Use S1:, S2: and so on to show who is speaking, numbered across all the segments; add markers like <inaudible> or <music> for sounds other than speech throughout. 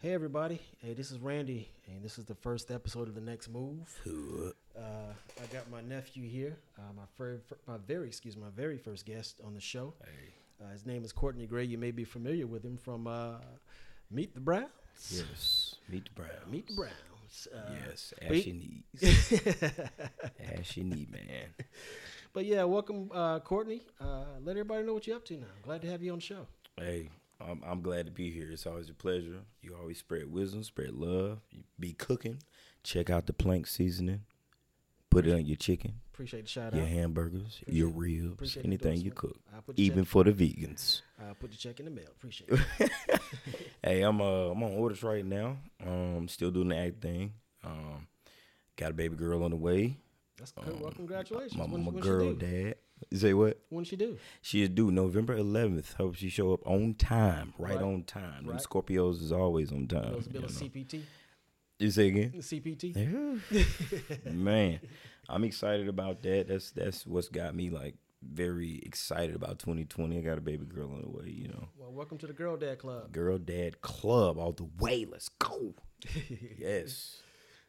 S1: Hey everybody, hey this is Randy, and this is the first episode of the Next Move. Uh, I got my nephew here, uh, my fir- fir- my very excuse me, my very first guest on the show.
S2: Hey.
S1: Uh, his name is Courtney Gray. You may be familiar with him from uh, Meet the Browns.
S2: Yes. Meet the Browns.
S1: Meet the Browns. Uh,
S2: Yes.
S1: but he-
S2: Ashy knees.
S1: <laughs>
S2: Ashy knee man.
S1: But yeah, welcome uh, Courtney. Uh, let everybody know what you're up to now. Glad to have you on the show.
S2: Hey, I'm, I'm glad to be here. It's always a pleasure. You always spread wisdom, spread love. You be cooking. Check out the plank seasoning. Put it on your chicken,
S1: Appreciate the shout
S2: your
S1: out.
S2: hamburgers, your ribs,
S1: appreciate the
S2: anything you
S1: endorsement.
S2: cook,
S1: I'll put the
S2: even for the vegans.
S1: Uh, put the check in the mail. Appreciate it.
S2: Hey, I'm uh, I'm on orders right now. Um, still doing the act thing. Um, got a baby girl on the way.
S1: That's good.
S2: <laughs>
S1: well, congratulations.
S2: Um, My,
S1: when,
S2: my
S1: when
S2: girl,
S1: she do?
S2: dad. Say what?
S1: When she do?
S2: She is due November 11th. Hope she show up on time, right,
S1: Right.
S2: on time. Them
S1: Right.
S2: Scorpios is always on time.
S1: Those
S2: Uh, You,
S1: bill of
S2: know.
S1: CPT.
S2: You say <laughs> again,
S1: CPT.
S2: man. I'm excited about that. That's that's what's got me like very excited about 2020. I got a baby girl on the way. You know,
S1: Well, welcome to the Girl Dad Club.
S2: girl, dad, club all the way. Let's <laughs> go. yes.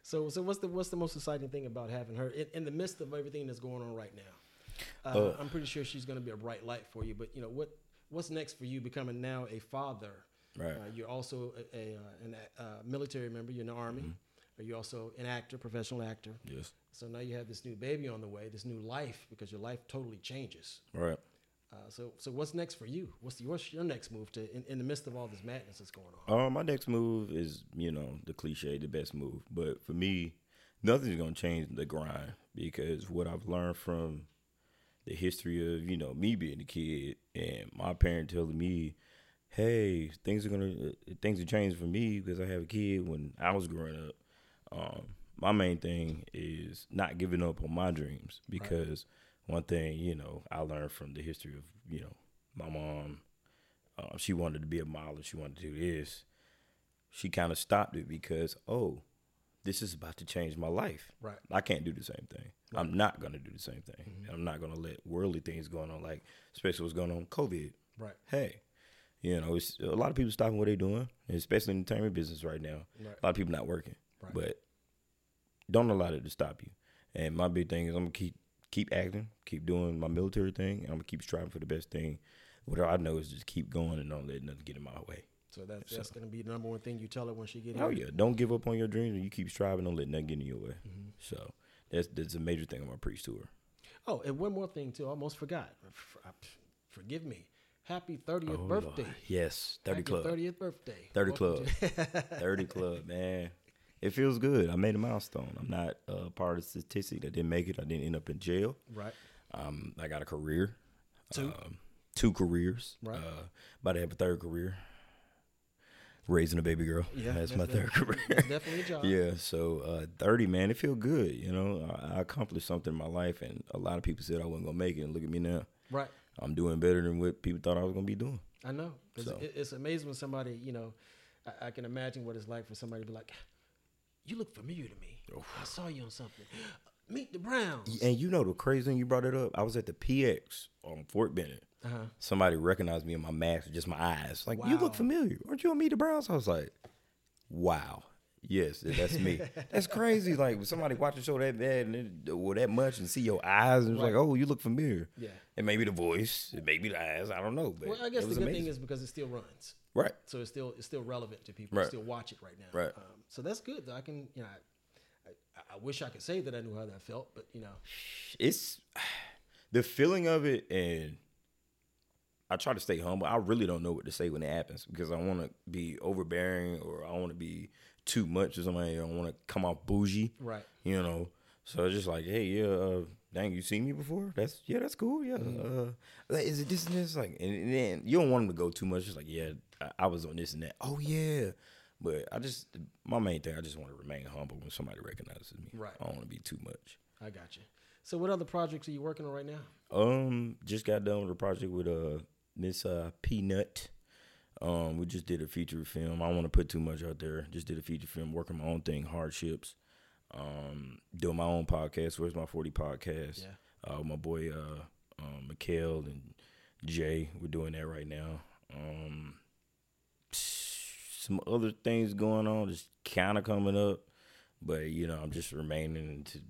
S1: So, so what's the what's the most exciting thing about having her in, in the midst of everything that's going on right now? Uh,
S2: Uh.
S1: I'm pretty sure she's going to be a bright light for you. But you know what what's next for you? Becoming now a father.
S2: Right.
S1: Uh, you're also a, a, uh, an a uh, military member. You're in the army.
S2: Mm-hmm.
S1: Are you also an actor, professional actor?
S2: Yes.
S1: So now you have this new baby on the way, this new life, because your life totally changes.
S2: All right.
S1: Uh, so, so what's next for you? What's your, your next move to in, in the midst of all this madness that's going on?
S2: Uh, my next move is, you know, the cliche, the best move. But for me, nothing's gonna change the grind because what I've learned from the history of, you know, me being a kid and my parent telling me, "Hey, things are gonna uh, things are changing for me because I have a kid." When I was growing up, um, my main thing is not giving up on my dreams because one thing, you know, I learned from the history of, you know, my mom. Uh, she wanted to be a model. She wanted to do this she kind of stopped it because oh this is about to change my life
S1: Right.
S2: i can't do the same thing i'm not going to do the same thing i'm not going to let worldly things going on like especially what's going on with covid
S1: Right.
S2: hey you know it's a lot of people stopping what they're doing especially in the entertainment business right now
S1: Right.
S2: a lot of people not working
S1: Right.
S2: but don't allow it to stop you and my big thing is i'm going to keep keep acting keep doing my military thing and i'm going to keep striving for the best thing what i know is just keep going and don't let nothing get in my way
S1: So that's that's going to be the number one thing you tell her when she gets
S2: Oh
S1: here.
S2: yeah, Mm-hmm. don't give up on your dreams and you keep striving. Don't let nothing get in your way. So that's that's a major thing I'm gonna preach to her.
S1: Oh, and one more thing too. I almost forgot. F- I- pff, Forgive me. Happy 30th
S2: Oh, Lord.
S1: birthday.
S2: Yes, thirty
S1: Happy
S2: club,
S1: 30th birthday.
S2: thirty
S1: Welcome
S2: <laughs> club, thirty club, man. It feels good. I made a milestone. I'm not uh, part of the statistic that didn't make it. I didn't end up in jail.
S1: to- Right.
S2: Um, I got a career,
S1: Two.
S2: um, two careers.
S1: Right.
S2: Uh, about to have a third career. Raising a baby girl.
S1: Yeah,
S2: that's my third
S1: <laughs> that's-
S2: career.
S1: It's definitely a job.
S2: <laughs> Yeah, so uh, 30, man, it feel good. You know, I, I accomplished something in my life, and a lot of people said I wasn't gonna make it. And look at me now,
S1: Right.
S2: I'm doing better than what people thought I was gonna be doing.
S1: I know. It's,
S2: So.
S1: it- it's amazing when somebody, you know, I, I can imagine what it's like for somebody to be like, you look familiar to me. I saw you on something. Meet the Browns.
S2: And you know the crazy thing you brought it up. I was at the PX on Fort Bennett.
S1: Uh-huh.
S2: Somebody recognized me in my mask, just my eyes. Like, you
S1: Wow.
S2: look familiar. Aren't you on Meet the Browns? I was like, wow. Yes,
S1: <laughs>
S2: that's me. that's crazy. Like, when somebody watch the show that bad and it, well, that much and see your eyes and it's like, oh, you look familiar.
S1: Yeah.
S2: It may be the voice. It may be the eyes. I don't know. But
S1: Well, I guess
S2: it
S1: the
S2: was
S1: good
S2: amazing.
S1: thing is because it still runs.
S2: Right.
S1: so it's still it's still relevant to people. who
S2: Right.
S1: Still watch it right now.
S2: Right.
S1: Um, so that's good. That I can you know, I, I, I wish I could say that I knew how that felt, but you know,
S2: It's <sighs> the feeling of it and I try to stay humble. I really don't know what to say when it happens because I want to be overbearing or I want to be too much or something. I don't want to come off bougie.
S1: right.
S2: You know. So it's just like, hey, yeah, uh, dang, you seen me before? That's yeah, that's cool. Yeah. Uh, like, is it this and this? Like, and, and then you don't want them to go too much. Just like, yeah, I, I was on this and that. Oh yeah. But I just, my main thing, I just want to remain humble when somebody recognizes me.
S1: Right.
S2: I don't want to be too much.
S1: I got you. So what other projects are you working on right now?
S2: Um, just got done with a project with uh Miss uh Peanut. Um, we just did a feature film. I don't want to put too much out there. Just did a feature film, working my own thing, hardships. Um, doing my own podcast. Where's my forty podcast?
S1: Yeah.
S2: Uh, my boy uh, um, Mikhail and Jay. We're doing that right now. Um, some other things going on, just kind of coming up. But you know, I'm just remaining to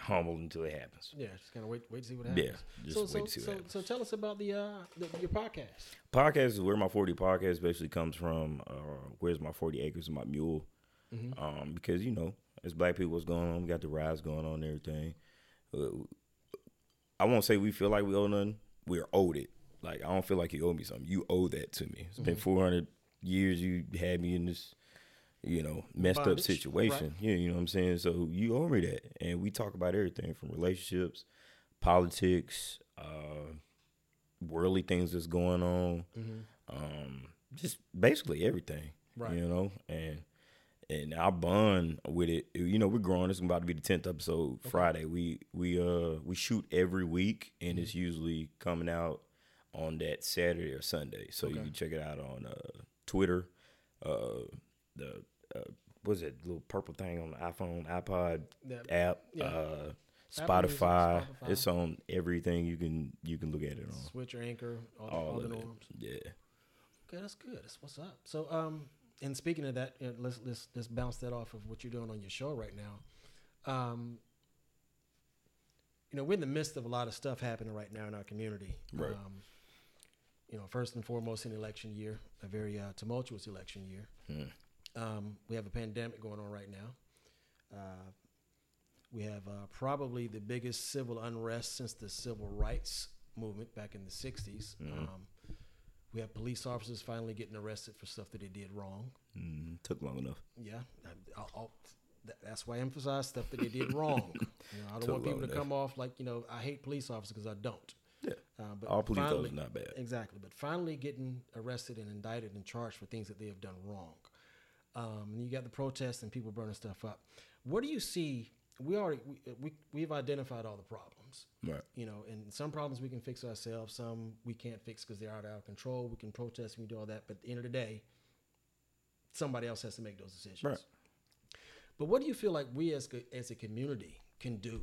S2: humble until it happens.
S1: Yeah, just kind of wait, wait to see what happens.
S2: Yeah, just
S1: so,
S2: wait
S1: so,
S2: to see what
S1: so,
S2: happens.
S1: so tell us about the, uh, the your podcast.
S2: Podcast is where my 40 podcast basically comes from. Uh, where's my 40 acres and my mule?
S1: Mm-hmm.
S2: Um, because you know, as black people, what's going on? We got the rise going on and everything. Uh, I won't say we feel like we owe nothing. We're owed it. Like I don't feel like you owe me something. You owe that to me. It's been
S1: Mm-hmm.
S2: 400 years. You had me in this, you know, messed up
S1: Bondage,
S2: situation. Yeah, you know what I'm saying. So you owe me that. And we talk about everything from relationships, politics, uh, worldly things that's going on, um, just basically everything.
S1: Mm-hmm. Right.
S2: You know, and and I bond with it. You know, we're growing. This is about to be the tenth episode Friday. We we uh we shoot every week, and
S1: Mm-hmm.
S2: it's usually coming out on that Saturday or Sunday. So you can check it out on uh, Twitter. Uh, the uh, what's that little purple thing on the iPhone, iPod
S1: That-
S2: app,
S1: yeah.
S2: uh,
S1: Apple Music,
S2: Spotify.
S1: Spotify.
S2: It's on everything you can you can look at it on.
S1: Switch or anchor, all, the- all
S2: All
S1: the
S2: of it.
S1: norms.
S2: Yeah.
S1: Okay, that's good. That's what's up. So, um, and speaking of that, you know, let's let's let's bounce that off of what you're doing on your show right now. Um, you know, we're in the midst of a lot of stuff happening right now in our community.
S2: Right.
S1: Um, you know, first and foremost, an election year, a very uh, tumultuous election year.
S2: Mm.
S1: Um, we have a pandemic going on right now. Uh, we have uh, probably the biggest civil unrest since the civil rights movement back in the 60s. Um, we have police officers finally getting arrested for stuff that they did wrong.
S2: Mm, took long enough.
S1: Yeah, I, I'll, I'll, that- that's why I emphasize stuff that they
S2: <laughs>
S1: did wrong. you know, I don't
S2: Took
S1: want people
S2: long
S1: to
S2: enough.
S1: come off like you know I hate police officers because I don't.
S2: Yeah.
S1: Uh, but
S2: All police
S1: finally-
S2: officers not bad.
S1: Exactly, but finally getting arrested and indicted and charged for things that they have done wrong. Um, and you got the protests and people burning stuff up. What do you see? We already we, we we've identified all the problems.
S2: Right.
S1: You know, and some problems we can fix ourselves. Some we can't fix because they're out of our control. We can protest. We can do all that. But at the end of the day, somebody else has to make those decisions.
S2: Right.
S1: But what do you feel like we as co- as a community can do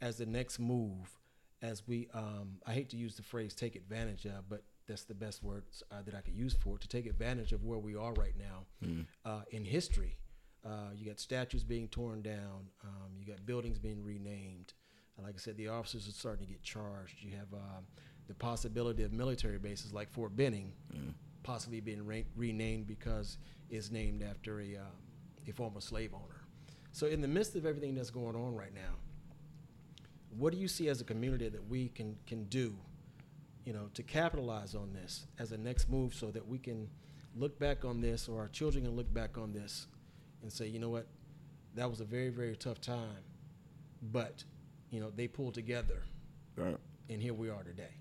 S1: as the next move? As we, um, I hate to use the phrase "take advantage of," but that's the best word uh, that I could use for it, to take advantage of where we are right now uh, in history. Uh, you got statues being torn down. Um, you got buildings being renamed. And like I said, the officers are starting to get charged. You have um, the possibility of military bases like Fort Benning possibly being re- renamed because it's named after a, uh, a former slave owner. So, in the midst of everything that's going on right now, what do you see as a community that we can, can do, you know, to capitalize on this as a next move so that we can look back on this or our children can look back on this and say, you know what, that was a very, very tough time, but, you know, they pulled together
S2: Right.
S1: and here we are today.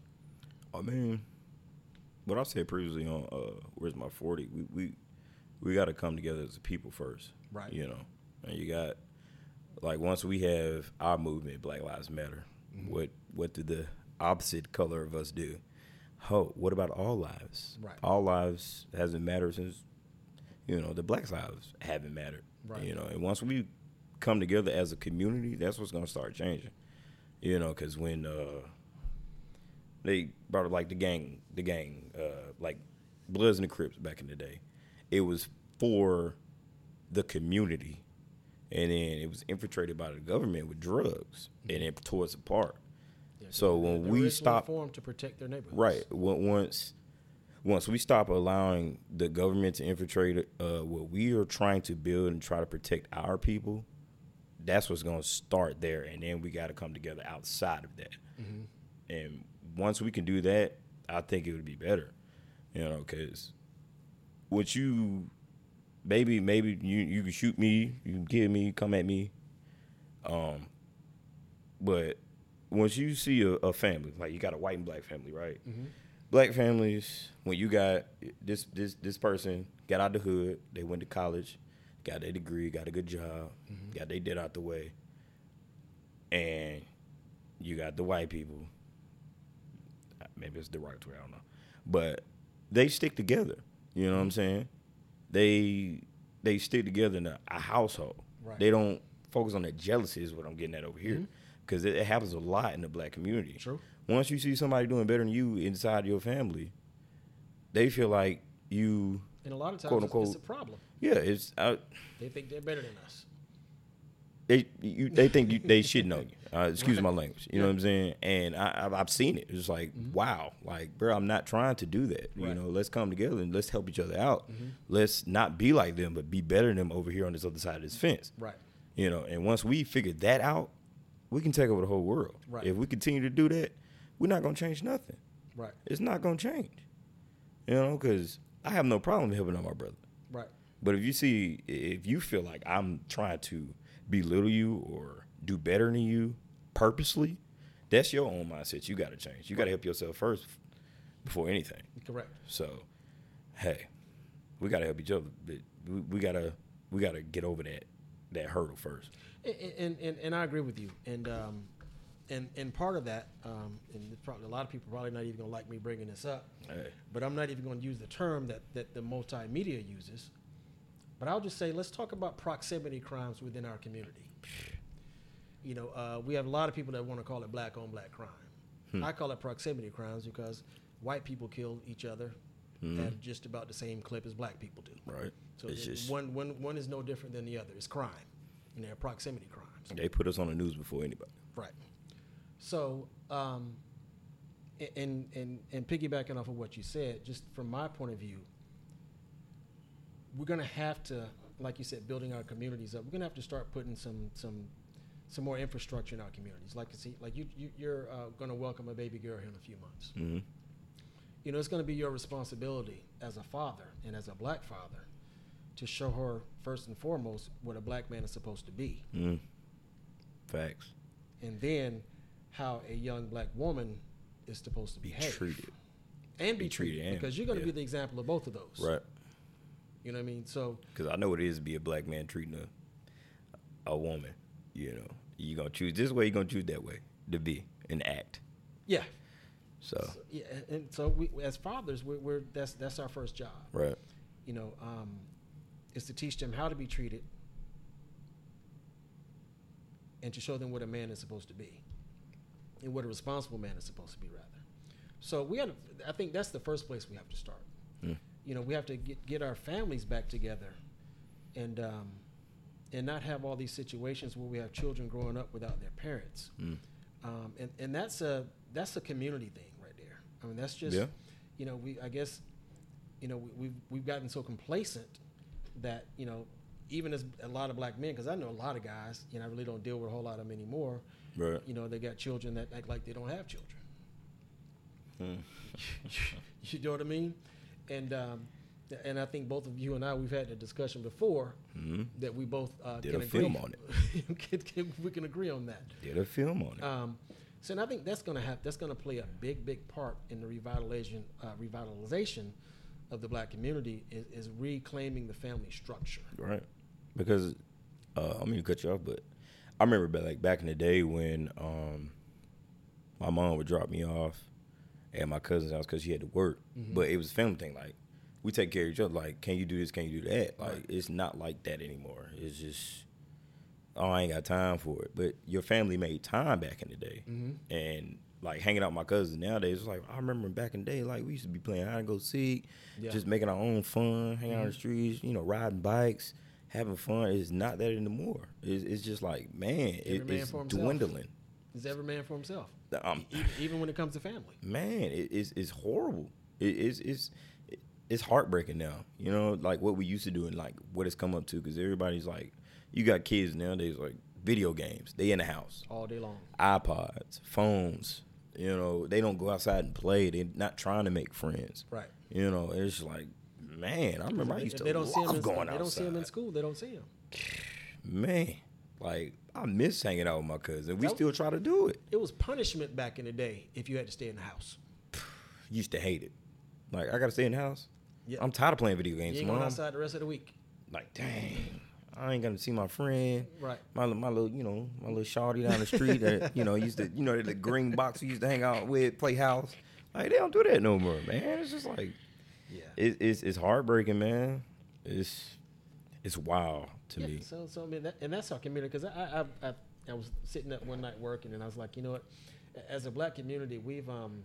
S2: I mean, what I said previously on uh, "Where's My 40, we we we got to come together as a people first,
S1: Right.
S2: You know, and you got like once we have our movement, Black Lives Matter.
S1: Mm-hmm.
S2: What what did the opposite color of us do? Oh, what about all lives?
S1: Right.
S2: All lives hasn't mattered since you know the black lives haven't mattered.
S1: Right.
S2: You know, and once we come together as a community, that's what's gonna start changing. You know, because when uh, they brought up like the gang, the gang, uh, like Bloods and the Crips back in the day. It was for the community, and then it was infiltrated by the government with drugs, and it tore us apart.
S1: Yeah, 'cause
S2: So when
S1: they're
S2: we
S1: originally
S2: stop,
S1: formed to protect their neighborhoods.
S2: right, on- once once we stop allowing the government to infiltrate uh, what we are trying to build and try to protect our people, that's what's going to start there, and then we got to come together outside of that. And once we can do that, I think it would be better, you know, because what you maybe maybe you you can shoot me, you can kill me, come at me, um, but once you see a, a family like you got a white and black family, right? Black families when you got this this this person got out the hood, they went to college, got their degree, got a good job, got they did out the way, and you got the white people. Maybe it's derogatory, I don't know, but they stick together. You know what I'm saying? They they stick together in a, a household.
S1: Right.
S2: They don't focus on that jealousy. Is what I'm getting at over here, because it, it happens a lot in the black community.
S1: True.
S2: Once you see somebody doing better than you inside your family, they feel like you
S1: And a lot of times,
S2: Quote,
S1: it's- it's a
S2: unquote.
S1: problem.
S2: Yeah, it's I,
S1: They think they're better than us.
S2: they you, they think you, they should know you. Uh, excuse my language. You know what I'm saying? And I, I've, I've seen it. It's like wow, like bro, I'm not trying to do that. You
S1: Right.
S2: know, let's come together and let's help each other out. Let's not be like them, but be better than them over here on this other side of this fence.
S1: Right.
S2: You know, and once we figure that out, we can take over the whole world.
S1: Right.
S2: If we continue to do that, we're not gonna change nothing.
S1: Right.
S2: It's not gonna change. You know, because I have no problem helping out my brother.
S1: Right.
S2: But if you see, if you feel like I'm trying to belittle you or do better than you purposely, that's your own mindset. You got to change. You got to help yourself first before anything.
S1: Correct.
S2: So, hey, we got to help each other. But we- We gotta, we gotta get over that that hurdle first.
S1: And- and, and, and I agree with you. And um, and and part of that, um, and it's probably a lot of people probably not even gonna like me bringing this up,
S2: Hey.
S1: but I'm not even gonna use the term that that the multimedia uses. But I'll just say, let's talk about proximity crimes within our community. You know, uh, we have a lot of people that want to call it black on black crime. I call it proximity crimes because white people kill each other at just about the same clip as black people do.
S2: Right.
S1: So
S2: it's
S1: the-
S2: just
S1: one, one, one is no different than the other. It's crime, and they're proximity crimes.
S2: they put us on the news before anybody.
S1: Right. So, um, a- and and and piggybacking off of what you said, just from my point of view, we're gonna have to, like you said, building our communities up. We're gonna have to start putting some some some more infrastructure in our communities. Like you see, like you, you you're uh, gonna welcome a baby girl here in a few months.
S2: hmm
S1: You know, it's gonna be your responsibility as a father and as a black father to show her first and foremost what a black man is supposed to be.
S2: mm Facts.
S1: and then how a young black woman is supposed to
S2: Be
S1: behave
S2: treated.
S1: and be,
S2: be treated
S1: treated,
S2: and-
S1: because you're going to
S2: yeah.
S1: be the example of both of those.
S2: Right.
S1: You know what I mean? So
S2: Because I know what it is to be a black man treating a, a woman. You know, you gonna choose this way, you gonna choose that way to be and act.
S1: yeah,
S2: So
S1: So, yeah, and- and so we as fathers, we're, we're that's that's our first job.
S2: right,
S1: You know, um, is to teach them how to be treated and to show them what a man is supposed to be and what a responsible man is supposed to be rather. So we have, I think that's the first place we have to start.
S2: Mm.
S1: You know, we have to get, get our families back together and, um, and not have all these situations where we have children growing up without their parents.
S2: Mm.
S1: Um, and, and that's a, that's a community thing right there. I mean, that's just,
S2: Yeah.
S1: you know, we, I guess, you know, we, we've, we've gotten so complacent that, you know, even as a lot of black men, because I know a lot of guys, and I really don't deal with a whole lot of them anymore,
S2: right.
S1: you know, they got children that act like they don't have children.
S2: Mm.
S1: <laughs> you know what I mean? And um, and I think both of you and I we've had the discussion before
S2: Mhm.
S1: that we both uh,
S2: Did
S1: can
S2: a
S1: agree
S2: film on
S1: it. <laughs> can, can, we can agree on that.
S2: Did a film on it.
S1: Um, so and I think that's gonna have that's gonna play a big big part in the revitalization uh, revitalization of the black community is, is reclaiming the family structure.
S2: Right. Because uh, I mean to cut you off, but I remember ba- like back in the day when um, my mom would drop me off at my cousin's house because she had to work,
S1: Mm-hmm.
S2: but it was a family thing. Like we take care of each other. Like, can you do this? Can you do that? Like, it's not like that anymore. It's just. Oh, I ain't got time for it. But your family made time back in the day,
S1: Mm-hmm.
S2: and like hanging out with my cousins nowadays. It's like I remember back in the day, like we used to be playing hide and go seek,
S1: Yeah. Mm-hmm.
S2: just making our own fun, hanging out on the streets, you know, riding bikes, having fun. It's not that anymore. It's, it's just like man,
S1: Every
S2: it-
S1: man
S2: it's
S1: for himself.
S2: dwindling.
S1: Is every man for himself,
S2: Um,
S1: even, even when it comes to family.
S2: man, it, it's it's horrible. It, it's it's it's heartbreaking now. You know, like what we used to do and like what it's come up to because everybody's like, you got kids nowadays like video games. They in the house,
S1: All day long,
S2: iPods, phones. You know, they don't go outside and play. They're not trying to make friends.
S1: right?
S2: You know, and it's like, man, I remember I used
S1: If
S2: to
S1: they don't
S2: love
S1: see him. in-
S2: going
S1: if
S2: outside.
S1: they don't see him in school. They don't see him.
S2: man, like I miss hanging out with my cousin. We
S1: That-
S2: still try to do it.
S1: It was punishment back in the day if you had to stay in the house.
S2: Used to hate it. Like I gotta stay in the house.
S1: Yeah.
S2: I'm tired of playing video
S1: You
S2: games,
S1: ain't
S2: mom.
S1: going outside the rest of the week.
S2: Like, dang, I ain't gonna see my friend.
S1: Right.
S2: My li- my little, you know, my little shawty down the street that you know used to, you know, the green box we used to hang out with, play house. Like they don't do that no more, man. It's just like
S1: Yeah.
S2: it, it's it's heartbreaking, man. It's it's wild to me.
S1: So, so I mean, that, and that's our community because I, I, I, I was sitting up one night working, and I was like, you know what? A- As a black community, we've um,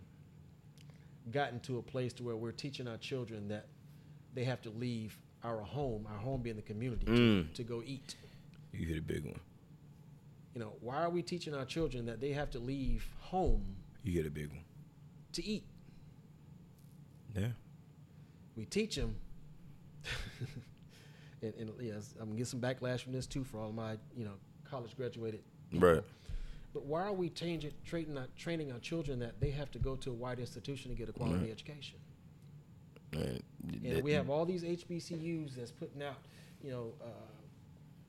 S1: gotten to a place to where we're teaching our children that they have to leave our home, our home being the community,
S2: Mm.
S1: to, to go eat.
S2: You hit a big one.
S1: You know, why are we teaching our children that they have to leave home
S2: You hit a big one.
S1: to eat?
S2: Yeah.
S1: We teach them. <laughs> and, and yes, I'm gonna get some backlash from this too for all my you know college graduated. people.
S2: Right.
S1: But why are we changing, training, our, training our children that they have to go to a white institution to get a quality education?
S2: And
S1: And
S2: that-
S1: we have all these HBCUs that's putting out, you know, uh,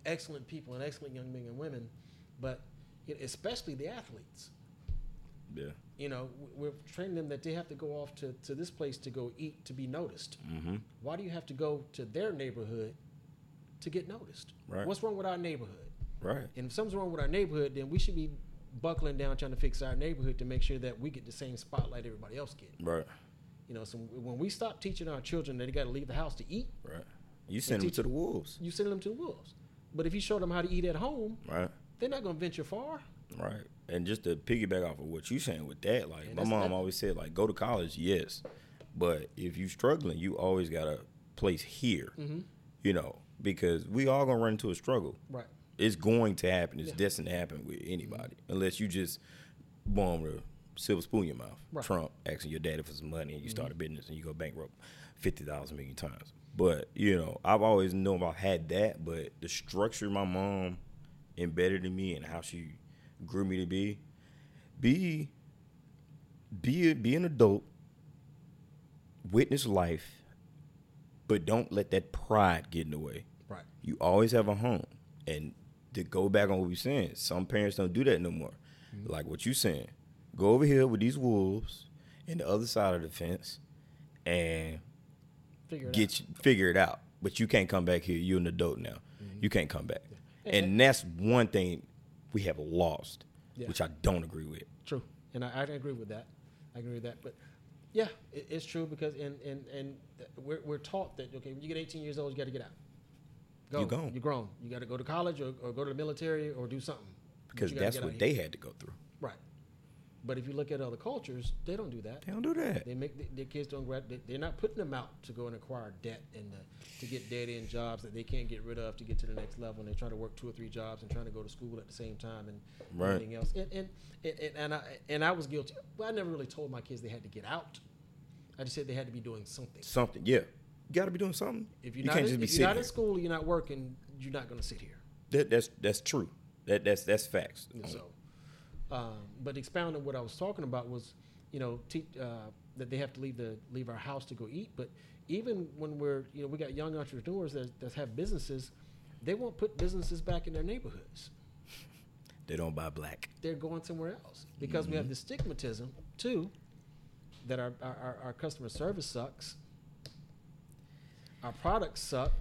S1: excellent people and excellent young men and women, but you know, especially the athletes.
S2: Yeah.
S1: You know, w- we're training them that they have to go off to, to this place to go eat to be noticed.
S2: Mm-hmm.
S1: Why do you have to go to their neighborhood to get noticed?
S2: Right.
S1: What's wrong with our neighborhood?
S2: Right.
S1: And if something's wrong with our neighborhood, then we should be buckling down trying to fix our neighborhood to make sure that we get the same spotlight everybody else get.
S2: Right.
S1: You know, so when we stop teaching our children that they got to leave the house to eat,
S2: Right. You send them
S1: teach-
S2: to the wolves.
S1: you send them to the wolves. But if you show them how to eat at home,
S2: Right.
S1: they're not going to venture far.
S2: Right. And just to piggyback off of what you saying with that, like
S1: And
S2: my
S1: that's-
S2: mom
S1: that-
S2: always said, like go to college, yes, but if you struggling, you always got a place here. You know, because we all gonna run into a struggle.
S1: Right.
S2: It's going to happen. It's
S1: Yeah.
S2: destined to happen with anybody, unless you just born with a silver spoon in your mouth.
S1: Right. Mm-hmm.
S2: Trump asking your daddy for some money, and you start a business, and you go bankrupt fifty thousand million times. But you know, I've always known I've had that, but the structure my mom embedded in me and how she grew me to be, be be be an adult witness life but don't let that pride get in the way
S1: Right.
S2: you always have a home and to go back on what we saying some parents don't do that no more
S1: Mm-hmm.
S2: like what you saying go over here with these wolves and the other side of the fence and
S1: Figure it out.
S2: get you, figure it out but you can't come back here you're an adult now
S1: Mm-hmm.
S2: you can't come back and that's one thing we have lost
S1: Yeah.
S2: which i don't agree with
S1: True, and I, I agree with that. I agree with that. But yeah, it, it's true because and and and th- we're we're taught that okay, when you get 18 years old, you got to get out. Go.
S2: You're gone.
S1: You're grown. You got to go to college or, or go to the military or do something But
S2: because
S1: you gotta
S2: that's
S1: get out
S2: what
S1: of
S2: they
S1: here.
S2: had to go through
S1: right. But if you look at other cultures, they don't do that.
S2: they don't do that
S1: They make th- their kids don't grad. they- They're not putting them out to go and acquire debt and uh to get dead end jobs that they can't get rid of to get to the next level. And they try to work two or three jobs and trying to go to school at the same time and
S2: Right.
S1: everything else. And and, and and and I and I was guilty. Well, I never really told my kids they had to get out. I just said they had to be doing something.
S2: something yeah you got to be doing something
S1: If
S2: you
S1: you're not
S2: can't
S1: in-
S2: just be
S1: if you're
S2: sitting
S1: not
S2: here.
S1: in school, you're not working. You're not going to sit here.
S2: That, that's that's true. That that's that's facts.
S1: And
S2: Um,
S1: So, um, but expound on what I was talking about was, you know, te- uh, that they have to leave the leave our house to go eat. But even when we're, you know, we got young entrepreneurs that, that have businesses, they won't put businesses back in their neighborhoods.
S2: they don't buy black.
S1: They're going somewhere else because we have the stigmatism too, that our our, our, our customer service sucks. Our products suck.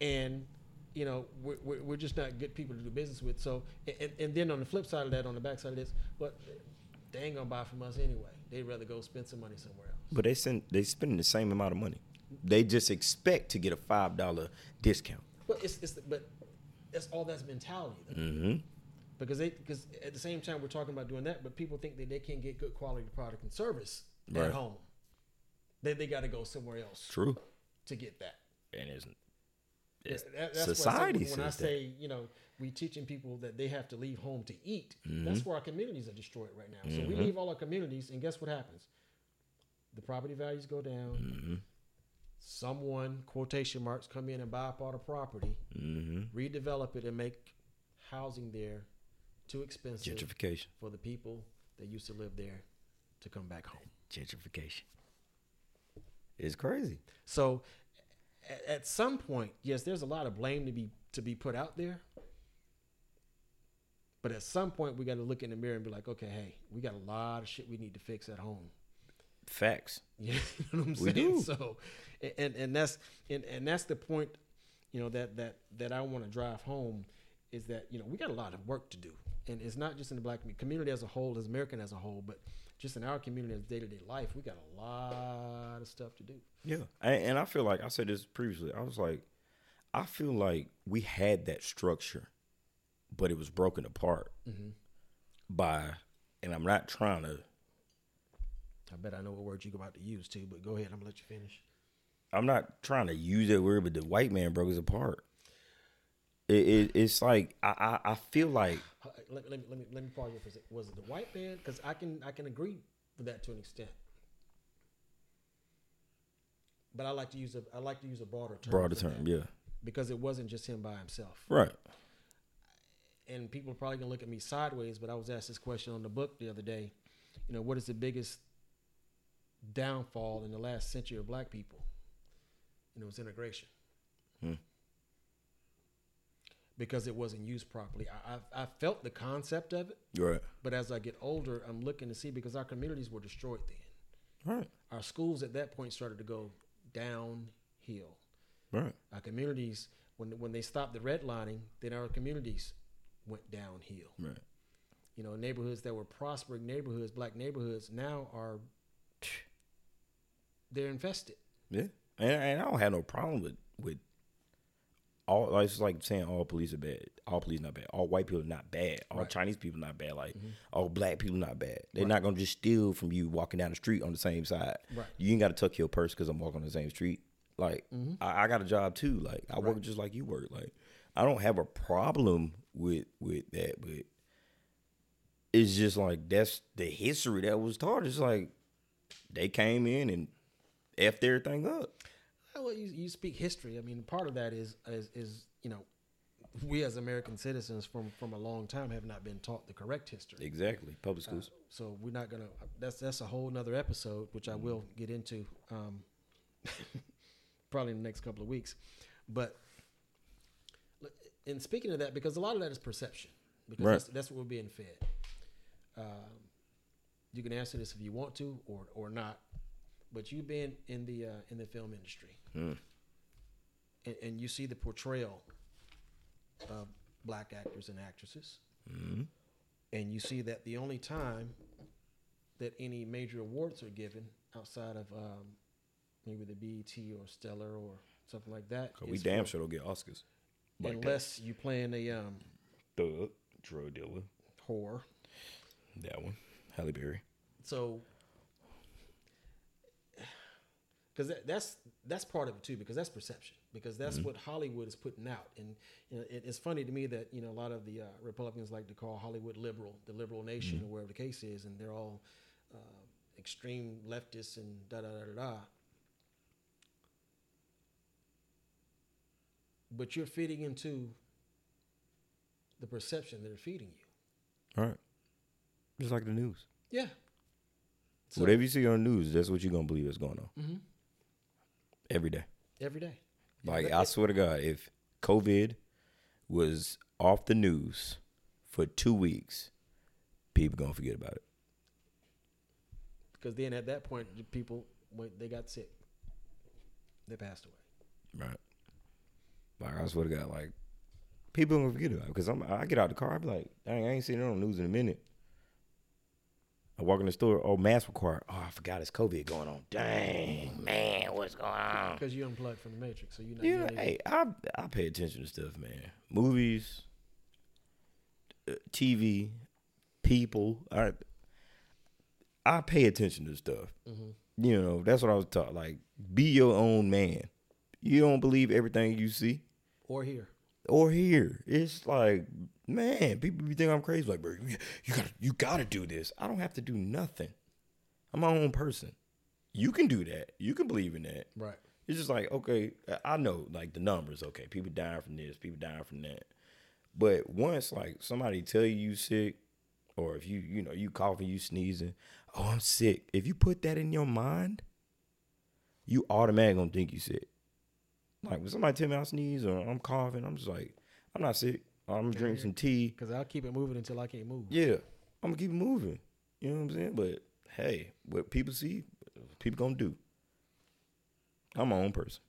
S1: And you know, we're, we're, we're just not good people to do business with. So, and, and then on the flip side of that, on the back side of this, well, they ain't gonna buy from us anyway. They'd rather go spend some money somewhere else.
S2: But they send they spending the same amount of money. They just expect to get a five dollar discount.
S1: But it's, it's but that's all that's mentality though.
S2: Mm-hmm.
S1: because they because at the same time we're talking about doing that, but people think that they can't get good quality product and service
S2: Right.
S1: at home. Then they got to go somewhere else
S2: True.
S1: to get that.
S2: And it's, it's
S1: That- Why
S2: society
S1: I say, when I
S2: says that.
S1: say you know we teaching people that they have to leave home to eat,
S2: Mm-hmm.
S1: that's where our communities are destroyed right now. So we leave all our communities, and guess what happens? The property values go down.
S2: Mm-hmm.
S1: Someone quotation marks come in and buy up all the property,
S2: hmm
S1: redevelop it, and make housing there too expensive
S2: gentrification.
S1: for the people that used to live there to come back home.
S2: Gentrification. It's crazy.
S1: So at, at some point, yes, there's a lot of blame to be to be put out there. But at some point we got to look in the mirror and be like, okay, hey, we got a lot of shit we need to fix at home.
S2: Facts.
S1: <laughs> You know what I'm
S2: We
S1: saying?
S2: do.
S1: So and- and and that's and, and that's the point, you know, that that that I want to drive home is that, you know, we got a lot of work to do. And it's not just in the black commu- community as a whole, as American as a whole, but just in our community as day to day life, we got a lot of stuff to do.
S2: Yeah. And, and I feel like I said this previously. I was like, I feel like we had that structure, but it was Mm-hmm. broken apart by, and I'm not trying to
S1: I bet I know what word you're about to use too, but go ahead. I'm gonna let you finish.
S2: I'm not trying to use that word, but the white man broke us apart. It, it it's like I, I I feel like
S1: Uh, Let, let, me, let me let me pause you for a second. Was it the white man? Because I can I can agree with that to an extent. But I like to use a I like to use a broader term.
S2: broader
S1: for that
S2: term, yeah,
S1: Because it wasn't just him by himself.
S2: right.
S1: and people are probably gonna look at me sideways, but I was asked this question on the book the other day. You know, what is the biggest downfall in the last century of black people? And it was integration.
S2: Hmm.
S1: Because it wasn't used properly. I, I, I felt the concept of it,
S2: Right.
S1: but as I get older, I'm looking to see because our communities were destroyed then.
S2: Right.
S1: Our schools at that point started to go downhill
S2: Right.
S1: our communities when when they stopped the redlining, then our communities went downhill.
S2: Right.
S1: You know, neighborhoods that were prospering neighborhoods, black neighborhoods, now are <sniffs> they're invested.
S2: Yeah. And, and I don't have no problem with with all like, it's like saying all police are bad. All police not bad. All white people not bad. All Chinese people not bad. Like all black people not bad. They're not gonna just steal from you walking down the street on the same side.
S1: Right.
S2: You ain't gotta tuck your purse because I'm walking on the same street. Like I, I got a job too. Like I work just like you work. Like I don't have a problem with with that, but it's just like that's the history that was taught. It's like they came in and effed everything up.
S1: Oh, Well, you, you speak history. I mean, part of that is is is you know, we as American citizens from from a long time have not been taught the correct history.
S2: Exactly. Public schools.
S1: So we're not gonna. That's that's a whole nother episode, which I will get into, um, <laughs> probably in the next couple of weeks. But l- in speaking of that, because a lot of that is perception, because
S2: Right.
S1: that's, that's what we're being fed. Um, you can answer this if you want to, or or not. But you've been in the uh, in the film industry, and, and you see the portrayal of black actors and actresses
S2: Mm-hmm.
S1: and you see that the only time that any major awards are given outside of um, maybe the BET or Stellar or something like that,
S2: Cause we
S1: is
S2: damn sure don't get Oscars. like that.
S1: unless you playing a um,
S2: Thug, drug dealer,
S1: whore.
S2: that one, Halle Berry.
S1: So, because that, that's that's part of it too, because that's perception, because that's what Hollywood is putting out, and you know, it, it's funny to me that you know a lot of the uh, Republicans like to call Hollywood liberal, the liberal nation, or wherever the case is, and they're all uh, extreme leftists and da da da da da. But you're feeding into the perception they're feeding you.
S2: All right. Just like the news.
S1: Yeah. So-
S2: Whatever you see on the news, that's what you're gonna believe is going on.
S1: Mhm.
S2: Every day.
S1: every day.
S2: Like I swear to God, if COVID was off the news for two weeks, people gonna forget about it.
S1: because then at that point the people went, they got sick they passed away
S2: Right. Like I swear to God, like people gonna forget about it because I'm I get out the car, I be like, dang, I ain't seen it on the news in a minute. I walk in the store, oh mask required. Oh, I forgot it's COVID going on. Dang, man, what's going on?
S1: because you unplugged from the matrix so you're not, you're
S2: Yeah,
S1: not even-
S2: hey, I I pay attention to stuff, man. Movies, uh, TV, people. I I pay attention to stuff. You know, that's what I was taught. Like, be your own man. You don't believe everything you see
S1: or here
S2: or hear. It's like, man, people be think I'm crazy. Like, bro, you, you gotta you gotta do this. I don't have to do nothing. I'm my own person. You can do that. You can believe in that.
S1: right
S2: It's just like, okay, I- I know like the numbers, okay, people dying from this, people dying from that. But once like somebody tell you you sick, or if you, you know, you coughing, you sneezing, oh, I'm sick. If you put that in your mind, you automatically gonna think you sick. Like when somebody tell me I sneeze or I'm coughing, I'm just like, I'm not sick. I'm drinking some tea.
S1: because i'll keep it moving until i can't move
S2: Yeah, I'm gonna keep moving. You know what I'm saying? But hey, what people see, people gonna do. I'm my own person.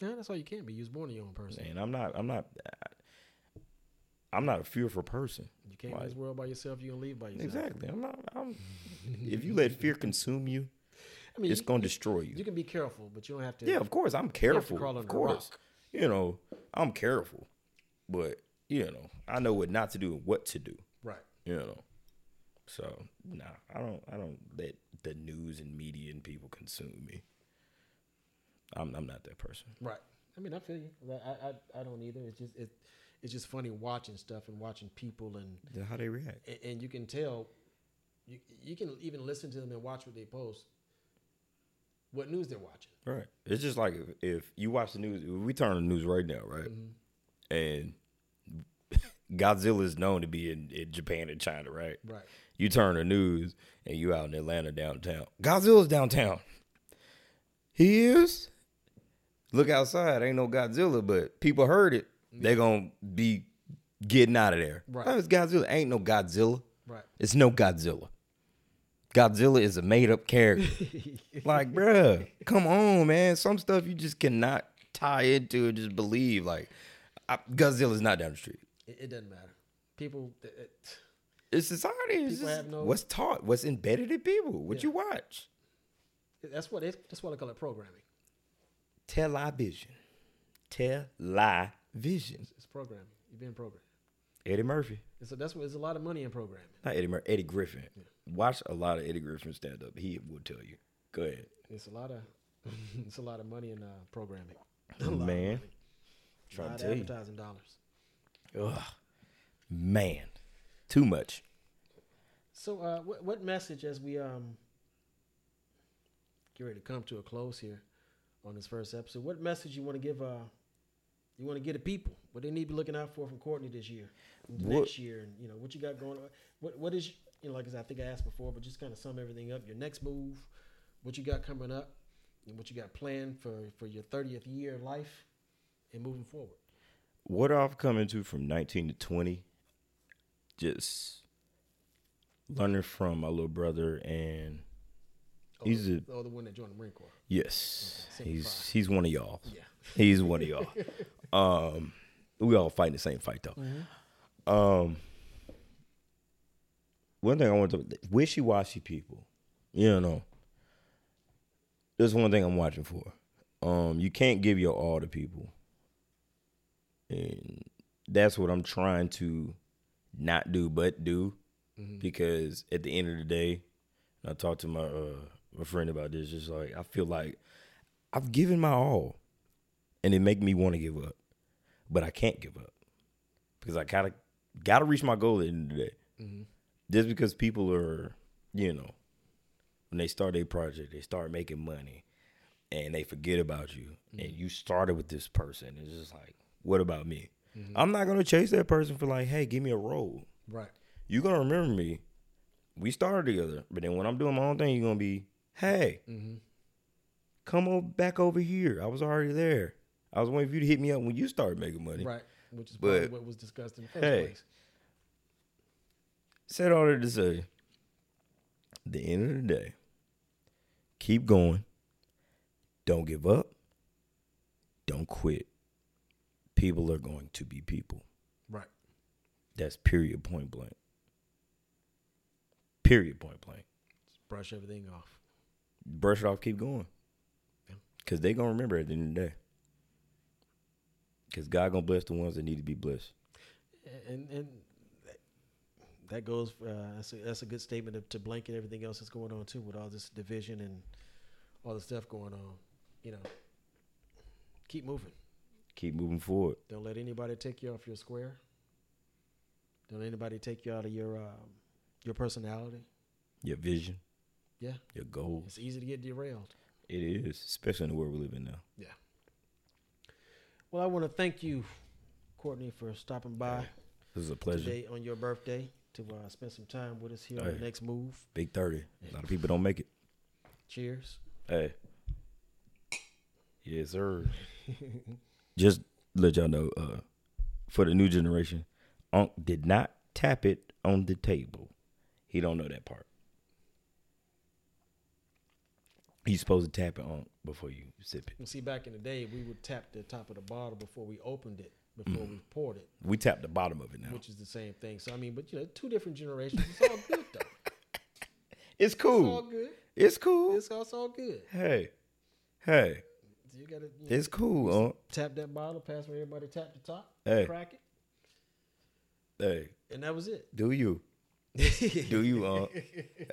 S1: yeah that's all you can be you was born to your own person
S2: And I'm not. I'm not. I'm not a fearful person.
S1: you came to this world by yourself you're gonna leave by yourself
S2: Exactly. I'm not. I'm, if you let fear consume you,
S1: i mean
S2: it's
S1: you,
S2: going to destroy
S1: you
S2: you.
S1: can be careful but you don't have to
S2: Yeah, of course. I'm careful.
S1: crawl
S2: Of
S1: under a
S2: course. You know, I'm careful, but you know, I know what not to do and what to do.
S1: right
S2: You know, so nah, I don't. I don't let the news and media and people consume me. I'm I'm not that person.
S1: Right. I mean, I feel you. Like, I, I I don't either. It's just it, it's just funny watching stuff and watching people and
S2: How they react?
S1: and, and you can tell you you can even listen to them and watch what they post what news they're watching
S2: Right. It's just like if, if you watch the news, we turn on the news right now, right? And <laughs> Godzilla is known to be in, in Japan and China, right?
S1: right
S2: You turn the news and you out in Atlanta downtown. Godzilla's downtown. He is. Look outside, ain't no Godzilla, but people heard it. They gonna be getting out of there.
S1: Right.
S2: Oh, it's Godzilla. Ain't no Godzilla.
S1: <laughs> right
S2: It's no Godzilla. Godzilla is a made up character.
S1: <laughs>
S2: like, bruh, come on, man. Some stuff you just cannot tie into and just believe. Like, I, Godzilla's not down the street.
S1: it, it doesn't matter people th- it,
S2: It's society. It's
S1: People
S2: just
S1: have no-
S2: what's taught, what's embedded in people, what
S1: Yeah.
S2: you watch.
S1: that's what it, that's what i call it programming
S2: Television. Television.
S1: it's, it's programming you've been programmed
S2: Eddie Murphy.
S1: and so that's what there's a lot of money in programming
S2: Not Eddie Murphy. Eddie Griffin. Watch a lot of Eddie Griffin stand up. He will tell you. Go ahead.
S1: it's a lot of <laughs> it's a lot of money in uh, programming
S2: Man.
S1: a
S2: Trying
S1: lot
S2: to
S1: of
S2: tell you.
S1: advertising dollars
S2: Ugh, man, too much.
S1: so uh what, what message as we um get ready to come to a close here on this first episode what message you want to give uh you want to get the people what they need to be looking out for from courtney this year and
S2: What-
S1: next year and you know what you got going on what what is you know like I said, i think i asked before but just kind of sum everything up your next move what you got coming up and what you got planned for for your 30th year of life and moving forward
S2: What I've come into from 19 to 20, just learning from my little brother, and
S1: oh,
S2: He's
S1: the,
S2: a-
S1: oh, the one that joined the marine corps
S2: yes,
S1: Okay,
S2: he's he's one of y'all.
S1: yeah
S2: <laughs> He's one of y'all. um, we all fighting the same fight though. Um, one thing I want to wishy washy people, you know, there's one thing I'm watching for. Um, you can't give your all to people, and that's what I'm trying to not do, but do, because at the end of the day, and I talked to my uh, my friend about this. Just like I feel like I've given my all, and it make me want to give up, but I can't give up because I gotta gotta reach my goal at the end of the day. Just because people are, you know, when they start a project, they start making money, and they forget about you, and you started with this person. It's just like, what about me? I'm not gonna chase that person for like, hey, give me a role.
S1: right
S2: You're gonna remember me. We started together, but then when I'm doing my own thing, you're gonna be, hey, come over back over here. I was already there. I was waiting for you to hit me up when you started making money.
S1: right which is probably
S2: But-
S1: what was discussed in the first
S2: Hey.
S1: place
S2: said all that to say, at the end of the day, keep going. Don't give up. Don't quit. People are going to be people.
S1: right
S2: That's period point blank. Period point blank.
S1: brush everything off.
S2: Brush it off, keep going.
S1: Yeah.
S2: Cause they gonna remember at the end of the day. Cause God gonna bless the ones that need to be blessed.
S1: And and that goes. Uh, that's, a, that's a good statement to, to blanket everything else that's going on too, with all this division and all the stuff going on. You know, keep moving.
S2: Keep moving forward.
S1: Don't let anybody take you off your square. Don't let anybody take you out of your um, your personality.
S2: Your vision,
S1: Yeah,
S2: your goals.
S1: it's easy to get derailed.
S2: It is, especially in the world we live in now.
S1: Well, I want to thank you, Courtney, for stopping by
S2: This is a pleasure.
S1: today on your birthday to uh, spend some time with us here on the
S2: Hey.
S1: next move.
S2: Big 30. A lot of people don't make it.
S1: Cheers.
S2: Hey. Yes, sir. <laughs> Just let y'all know, uh, for the new generation, Unc did not tap it on the table. He don't know that part. He's supposed to tap it on before you sip it.
S1: You see, back in the day, we would tap the top of the bottle before we opened it, before we poured it,
S2: We tap the bottom of it now.
S1: which is the same thing. So I mean, but you know, two different generations. It's all good though.
S2: It's
S1: It's all
S2: cool.
S1: good.
S2: It's cool.
S1: It's, it's all good.
S2: Hey. Hey.
S1: You gotta you know,
S2: It's cool, Unc.
S1: tap that bottle, pass where everybody tap the top,
S2: Hey.
S1: crack it,
S2: Hey.
S1: and that was it.
S2: Do you? Do you? <laughs> Uh,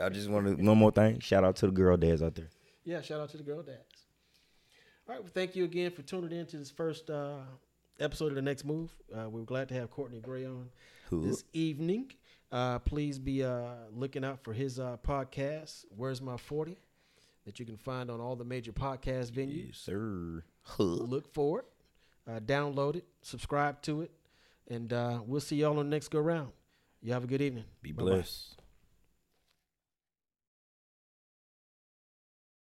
S2: I just want to one more thing. Shout out to the girl dads out there.
S1: Yeah, shout out to the girl dads. All right, well, thank you again for tuning in to this first uh, episode of The Next Move. Uh, we are glad to have Courtney Gray on
S2: Who?
S1: this evening. Uh, please be uh, looking out for his uh, podcast, Where's My 40, that you can find on all the major podcast venues.
S2: Yes, sir. Huh.
S1: Look for it, uh, download it, subscribe to it, and uh, we'll see y'all on the next go round. You have a good evening.
S2: Be
S1: Bye-bye.
S2: blessed.